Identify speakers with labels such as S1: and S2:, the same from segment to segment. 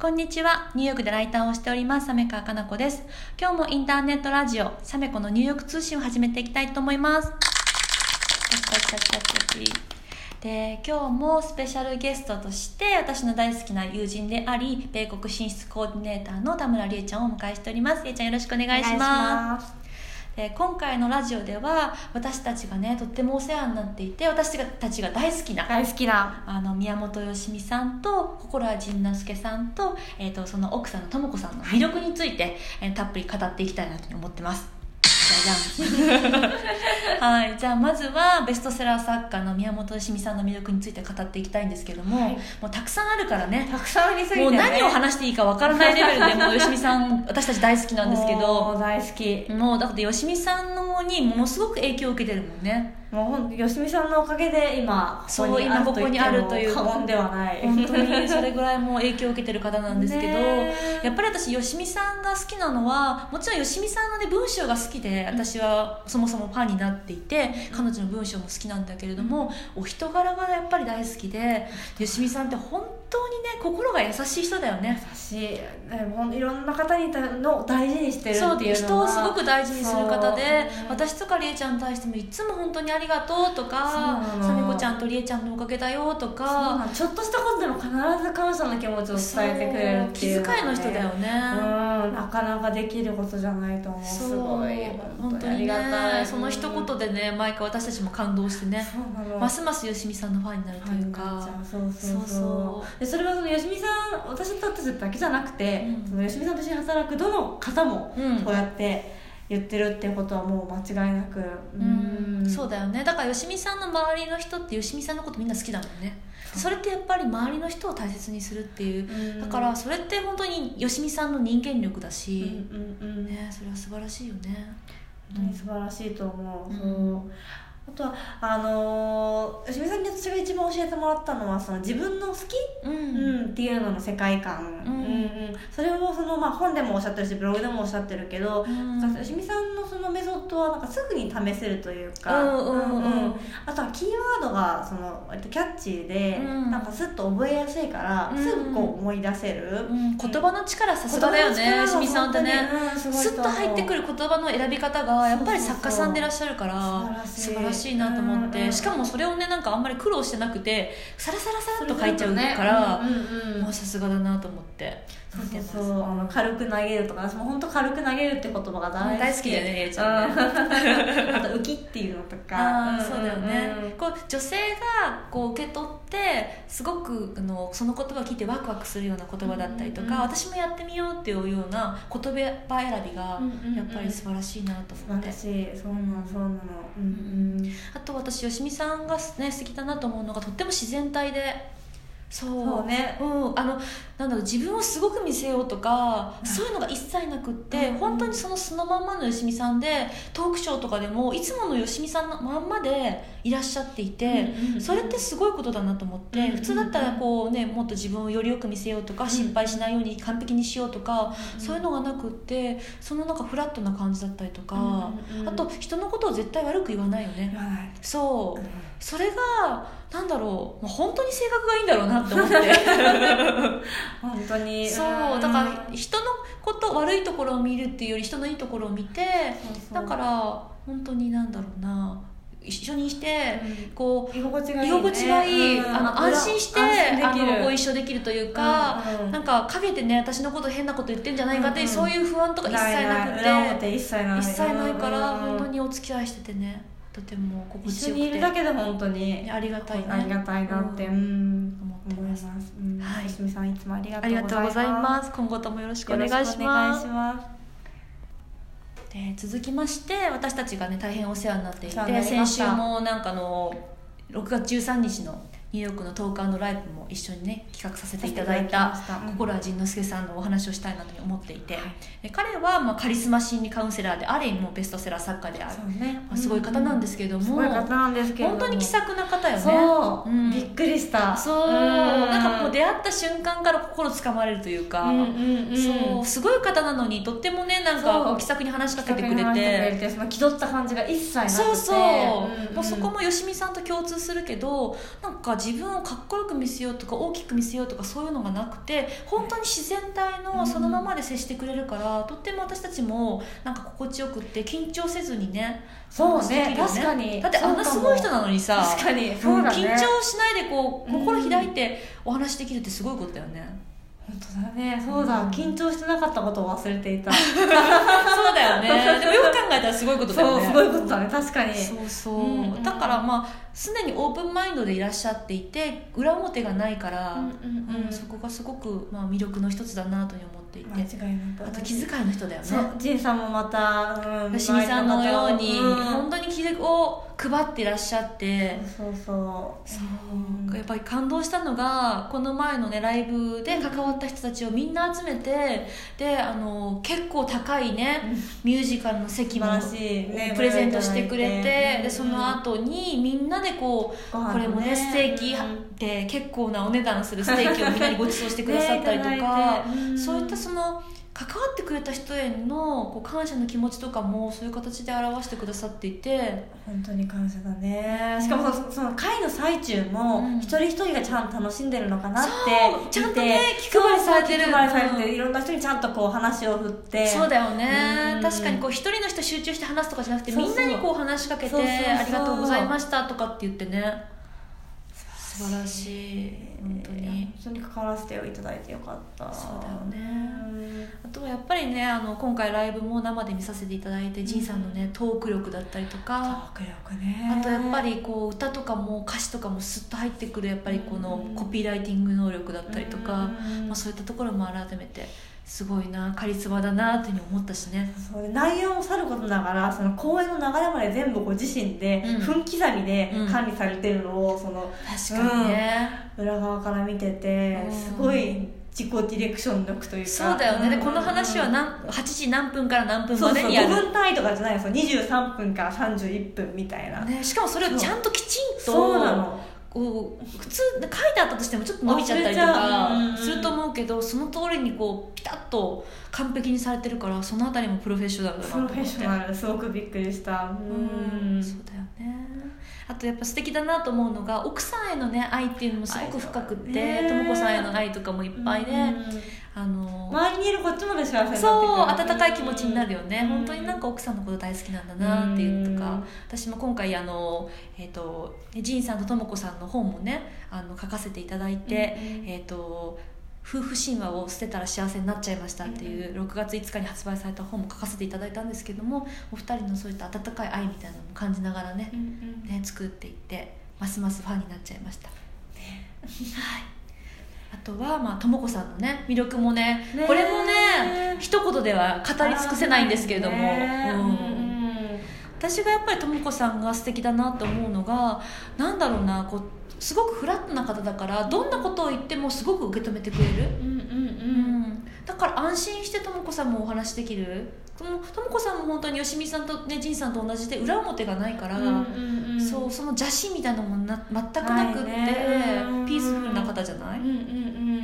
S1: こんにちは。ニューヨークでライターをしております、サメカーかなこです。今日もインターネットラジオ、サメコのニューヨーク通信を始めていきたいと思います。パチパチパチパチパチで、今日もスペシャルゲストとして、私の大好きな友人であり、米国進出コーディネーターの田村理恵ちゃんをお迎えしております。理恵ちゃんよろしくお願いします。
S2: す。
S1: で今回のラジオでは私たちがねとってもお世話になっていて私たちが大好きな
S2: 大好きな。
S1: あの宮本よしみさんと心は仁之助さんと,、えー、とその奥さんのともこさんの魅力について、えーたっぷり語っていきたいなと思ってます。じゃじゃ んはい、じゃあまずはベストセラー作家の宮本よしみさんの魅力について語っていきたいんですけども、
S2: はい
S1: もうたくさんあるからね
S2: たくさんありすぎて、ね。
S1: もう何を話していいかわからないレベルでもうよしみさん私たち大好きなんです けど
S2: もう大好き。
S1: もうだってよしみさんのにものすごく影響を受けてるもんね
S2: もうほんと、よしみさんのおかげで今、
S1: そう今ここにあるという
S2: 過言ではない。
S1: 本当にそれぐらいもう影響を受けてる方なんですけど、
S2: ねえ
S1: やっぱり私よしみさんが好きなのはもちろんよしみさんのね文章が好きで私はそもそもファンになっていて彼女の文章も好きなんだけれども、お人柄がやっぱり大好きでよしみさんって本当にね心が優しい人だよね
S2: 私、でもほんといろんな方にたのを大事にしてる
S1: そう
S2: っていう
S1: 人
S2: の
S1: を
S2: は
S1: すごく大事にする方で、
S2: そう
S1: 私とかりえちゃんに対してもいつも本当にありがとうとか
S2: そうなの
S1: さめこちゃんとりえちゃんのおかげだよと
S2: そうな
S1: か
S2: のちょっとしたことでも必ず感謝の気持ちを伝えてくれるっていう
S1: そう気遣いの人だよね、
S2: うんなかなかできることじゃないと思うすごい
S1: 本当
S2: あ
S1: に
S2: り
S1: ね
S2: がたい
S1: その一言でね毎回私たちも感動してね
S2: そうなの
S1: ますますよしみさんのファンになるというか
S2: そうそうそう
S1: そうそ
S2: でそれはそのよしみさん私たちだけじゃなくて、
S1: うん
S2: そのよしみさんと一緒に働くどの方も
S1: うん
S2: こうやって言ってるってことはもう間違いなく
S1: うん
S2: ん
S1: そうだよねだからよしみさんの周りの人ってよしみさんのことみんな好きだもんねそれってやっぱり周りの人を大切にするっていう
S2: うん
S1: だからそれって本当によしみさんの人間力だ
S2: うんう
S1: し、
S2: んうん、
S1: ねそれは素晴らしいよね
S2: 本当に素晴らしいと思う、
S1: うん
S2: そうあとはあのー、よしみさんに私が一番教えてもらったのはその自分の好き
S1: うん
S2: うん、っていうのの世界観、
S1: うん
S2: うんそれをその、まあ、本でもおっしゃってるしブログでもおっしゃってるけど、
S1: うん
S2: なんかよしみさんのそのメソッドはなんかすぐに試せるというか、
S1: うんうんうん
S2: あとはキーワードがその割とキャッチーで、
S1: うん
S2: なんかスッと覚えやすいから、
S1: うん
S2: すぐこう思い出せる、
S1: うん言葉の力さすがだよ
S2: 言葉
S1: ね
S2: の
S1: よ
S2: 力は
S1: しみさんってね
S2: 本当にうんすごい
S1: スッと入ってくる言葉の選び方がやっぱり作家さんでいらっしゃるから素
S2: そうそうそう
S1: 晴らしいなと思っ
S2: うんう
S1: て
S2: ん
S1: しかもそれをねなんかあんまり苦労してなくてサラサラサラっと書いちゃう
S2: ね
S1: から
S2: うんうんうん
S1: もうさすがだなと思って
S2: そう
S1: 見て
S2: そう
S1: ます
S2: そうあの軽く投げるとか私も本当軽く投げるって言葉が大好き
S1: 大好きだよねりえち
S2: うん
S1: ゃんね
S2: あと浮きっていうのとか
S1: あーそうだよ
S2: うんうん
S1: ねこう女性がこう受け取ってすごくあのその言葉を聞いてワクワクするような言葉だったりとか、
S2: うんうん
S1: 私もやってみようっていうような言葉選びが
S2: うんうんうん
S1: やっぱり素晴らしいなと思って、
S2: 素晴らしいそうなのそうなのうんうん
S1: あと私よしみさんがね素敵だなと思うのがとっても自然体でそう
S2: そうね
S1: うん、あのなんだろう自分をすごく見せようとか、そういうのが一切なくって、
S2: うん
S1: 本当にそのそのまんまのよしみさんでトークショーとかでもいつものよしみさんのまんまでいらっしゃっていて、それってすごいことだなと思って、
S2: うん
S1: 普通だったらこうねもっと自分をよりよく見せようとか、
S2: うん
S1: 心配しないように完璧にしようとか、
S2: うん
S1: そういうのがなくってそのなんかフラットな感じだったりとか、
S2: うんうん
S1: あと人のことを絶対悪く言わないよね
S2: 言わない
S1: そううんそれがなんだろうもう本当に性格がいいんだろうなって思って
S2: 本当に
S1: そうだから
S2: うん
S1: 人のこと悪いところを見るっていうより人のいいところを見て
S2: そうそう
S1: だから本当になんだろうな一緒にして
S2: うん
S1: こ
S2: 居心地
S1: う
S2: がい
S1: 居
S2: いね
S1: 心地がいい
S2: うん
S1: あの安心してあ
S2: 安心できる
S1: のご一緒できるというか
S2: うんうん
S1: なんか陰でね私のこと変なこと言ってんじゃないかっていう
S2: うんうん
S1: そういう不安とか一切なく
S2: ないない裏
S1: て
S2: 表一切ない
S1: 一切ないから
S2: うん
S1: 本当にお付き合いしててねとても心地
S2: 一緒
S1: よ
S2: にい
S1: く
S2: る
S1: て
S2: だけで本当に
S1: ありがたいね
S2: ありがたいなって
S1: う
S2: うんん
S1: 思って
S2: 思い
S1: ま
S2: ますすうん
S1: はい
S2: よしみさんいつもありが
S1: あ
S2: とう
S1: り
S2: ござ
S1: がと
S2: います
S1: うございます。今後ともよろしくお願いします。
S2: よろくお願いします
S1: で続きまして私たちがね大変お世話になってい
S2: お世話にな
S1: て
S2: りま
S1: 先
S2: した
S1: 週もなんかあの6月13日のニューヨークのトーカーのライブも一緒にね企画させていただいた
S2: させていただきましたうん
S1: 心は仁之助さんのお話をしたいなと思っていて、
S2: はい
S1: で彼はまあカリスマ心理カウンセラーである意味もうベストセラー作家である
S2: そ、うね
S1: まあ、すごい方なんですけれども、
S2: すごい方なんですけれど
S1: 本
S2: も
S1: 当に気さくな方よね
S2: そう、
S1: ん
S2: びっくりした
S1: そう、
S2: ん
S1: なんかもう出会った瞬間から心つかまれるというか、
S2: うんうんうん
S1: そうすごい方なのにとってもねなん
S2: そう
S1: かこう気さくに話しかけてくれ
S2: 気さくに話してく
S1: て
S2: れてその気取った感じが一切なくて
S1: そうそう、
S2: んん
S1: もうそこもよしみさんと共通するけどなんか自分をかっこよく見せようとか大きく見せようとかそういうのがなくて本当に自然体
S2: う
S1: の
S2: ん
S1: そのままで接してくれるから、とっても私たちもなんか心地よくって緊張せずにね過
S2: そう
S1: ごせ
S2: ね
S1: るよ
S2: 確かに
S1: だってあんなすごい人なのにさ
S2: 確かに
S1: う
S2: そうんだね
S1: 緊張しないでこう
S2: うん
S1: 心開いてお話できるってすごいことだよね、
S2: 本当だねそうだ、
S1: うん
S2: 緊張してなかったことを忘れていた
S1: そうだよねでもよく考えたらすごいことだよ
S2: そう
S1: ね
S2: すごいことだね確かに
S1: そうそう、
S2: うん
S1: だからまあ常にオープンマインドでいらっしゃっていて裏表がないから、
S2: うんうんうん
S1: うんそこがすごく、まあ、魅力の一つだなというふうに思っていて、
S2: 間違いなく
S1: あと気遣いの人だよね
S2: そう仁さんもまた、うん、
S1: 吉見さんのように、
S2: うん
S1: 本当に気を配っていらっしゃって、
S2: そうそう
S1: そ
S2: ん
S1: うやっぱり感動したのがこの前のねライブで関わった人たちをみんな集めてであの結構高いね
S2: うん
S1: ミュージカルの席
S2: 素晴
S1: も
S2: らしい、ね、
S1: プレゼントしてくれて
S2: うん
S1: でその後にみんなでこう
S2: ご飯
S1: これもねステーキ
S2: うん
S1: で結構なお値段するステーキをみんなにご馳走してくださったりと
S2: ねい
S1: か
S2: だいてん
S1: そういったその関わってくれた人へのこう感謝の気持ちとかもそういう形で表してくださっていて
S2: 本当に感謝だねしかもそその会の最中も、
S1: うん
S2: 一人一人がちゃんと楽しんでるのかなって
S1: そうちゃんとね
S2: 見
S1: 気配りされてる
S2: そう気配りされてる
S1: うん
S2: いろんな人にちゃんとこう話を振って
S1: そうだよね、
S2: うん
S1: 確かにこう一人の人集中して話すとかじゃなくて
S2: そうそう
S1: みんなにこう話しかけて
S2: そうそうそう
S1: ありがとうございました」とかって言ってね素晴らしい本当
S2: いや
S1: に
S2: 本当に関わらせていただいてよかった
S1: そうだよね
S2: うん
S1: あとはやっぱりねあの今回ライブも生で見させていただいて、
S2: うん
S1: ジンさんのねトーク力だったりとか
S2: トーク力ね
S1: あとやっぱりこう歌とかも歌詞とかもスッと入ってくるやっぱりこの
S2: うん
S1: コピーライティング能力だったりとか、
S2: うん
S1: まあ、そういったところも改めてすごいなカリスマだなというふうに思ったしね
S2: そうで内容もさることながらその公演の流れまで全部ご自身で、
S1: うん
S2: 分刻みで
S1: うん
S2: 管理されてるのをその
S1: 確かにね、
S2: 裏側から見てて
S1: うん
S2: すごい自己ディレクション力というか
S1: そうだよね、で
S2: ん
S1: この話は何8時何分から何分
S2: そ
S1: ま
S2: うそ
S1: で
S2: う
S1: にや
S2: 5
S1: る
S2: 分単位とかじゃないですよ23分から31分みたいな、
S1: ね、しかもそれをちゃんときちんと
S2: そうなの
S1: こう普通書いてあったとしてもちょっと伸びちゃったりと
S2: 忘れちゃうう
S1: か
S2: ん
S1: すると思うけどその通りにこうピタッと完璧にされてるからそのあたりもプロフェッショナルだな
S2: プ
S1: と思
S2: ロ
S1: っ
S2: フ
S1: て
S2: ェッショナルすごくびっくりしたう
S1: うん
S2: ん
S1: そうだよねあとやっぱ素敵だなと思うのが奥さんへのね愛っていうのもすごく深くって
S2: 愛とかね
S1: とも子さんへの愛とかもいっぱいで、
S2: うん
S1: あの
S2: 周りにいるこっちまで幸せになってくる
S1: そう温かい気持ちになるよね、
S2: うん
S1: 本当になんか奥さんのこと大好きなんだなっていうとか、
S2: うん
S1: 私も今回あの、えー、とジンさんととも子さんの本もねあの書かせていただいて、
S2: うんうん
S1: えー、と夫婦神話を捨てたら幸せになっちゃいましたっていう6月5日に発売された本も書かせていただいたんですけどもお二人のそういった温かい愛みたいなのも感じながらね,、
S2: うんうん
S1: ね作っていってますますファンになっちゃいました。はいあとはまあとも子さんのね魅力もね
S2: ね
S1: これもね一言では語り尽くせないんですけれども、
S2: ね
S1: うん私がやっぱりとも子さんが素敵だなと思うのがなんだろうなこうすごくフラットな方だからどんなことを言ってもすごく受け止めてくれる、
S2: うんうんうん
S1: う
S2: うん
S1: ん、だから安心してとも子さんもお話しできるともとも子さんも本当によしみさんとねじんさんと同じで裏表がないから、
S2: うんうん
S1: そうその邪心みたいなのもな全くなくって、
S2: ないねうん
S1: ピースフルな方じゃない、
S2: うんうんう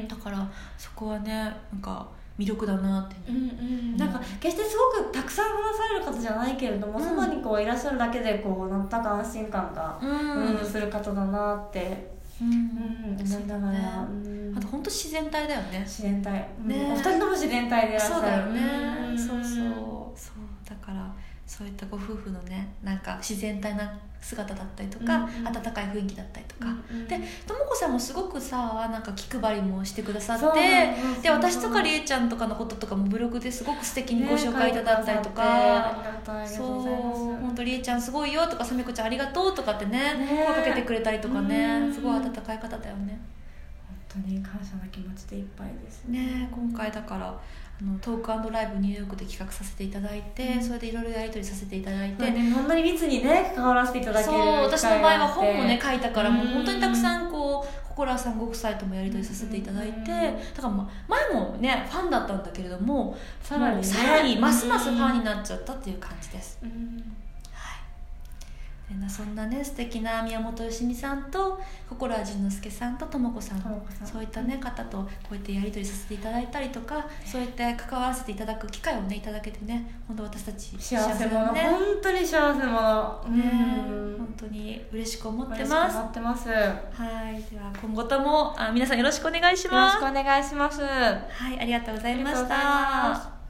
S2: ん
S1: だからそこはねなんか魅力だなって、
S2: うんうんなんか決してすごくたくさん話される方じゃないけれども、
S1: うん
S2: そばにこういらっしゃるだけでこうなんだか安心感が、
S1: う
S2: うんする方だなって、
S1: う
S2: うん
S1: ん
S2: 思いながら、
S1: そう
S2: うん
S1: あと本当自然体だよね
S2: 自然体、うん
S1: ね
S2: お二人とも自然体でいらっしゃ
S1: そう
S2: る
S1: だよね、
S2: ん
S1: そうそうそうだからそういったご夫婦のねなんか自然体な姿だったりとか、
S2: うんうん
S1: 温かい雰囲気だったりとか、
S2: うんうん
S1: でとも子さんもすごくさなんか気配りもしてくださ
S2: そう
S1: っ
S2: な
S1: て
S2: の
S1: で私とかりえちゃんとかのこととかもブログですごく素敵にご紹介いただいたりとか、そう本当りえちゃんすごいよとかさめこちゃんありがとうとかってね
S2: ねえ
S1: 声かけてくれたりとかね
S2: うん
S1: すごい温かい方だよね
S2: 本当に感謝の気持ちでいっぱいです
S1: ねえ今回だからあのトークライブニューヨークで企画させていただいて、
S2: うん
S1: それでいろいろやり取りさせていただいて、
S2: で、ね、こんなに密にね関わらせていただけ
S1: そ
S2: る
S1: う私の場合は本もね
S2: 書
S1: 書いたからもう
S2: うん
S1: 本当にたくさんこう心ラさんご夫妻ともやり取りさせていただいて、
S2: うん
S1: だから、ま、前もねファンだったんだけれども
S2: さらに
S1: も
S2: ね
S1: うさらにますますファンになっちゃったっていう感じです、
S2: うん
S1: はい、でなそんなね素敵な宮本よしみさんと心は淳之介さんととも子さん
S2: ともこさん
S1: そういった、ね、方とこうやってやり取りさせていただいたりとかそうやって関わらせていただく機会をねいただけてね本当私たち
S2: 幸せ
S1: だ
S2: 者、
S1: ね
S2: 本当に幸せ者
S1: ね
S2: うん
S1: 本当に嬉しく思って
S2: 嬉しく
S1: ま
S2: 思
S1: す
S2: ってますよ
S1: はいでは今後ともあ皆さんよろしくお願いし
S2: ろ
S1: ま
S2: し
S1: す
S2: くお願いしますあ
S1: はいありがとうござい
S2: り
S1: ま
S2: がとう
S1: し
S2: ございま
S1: た
S2: す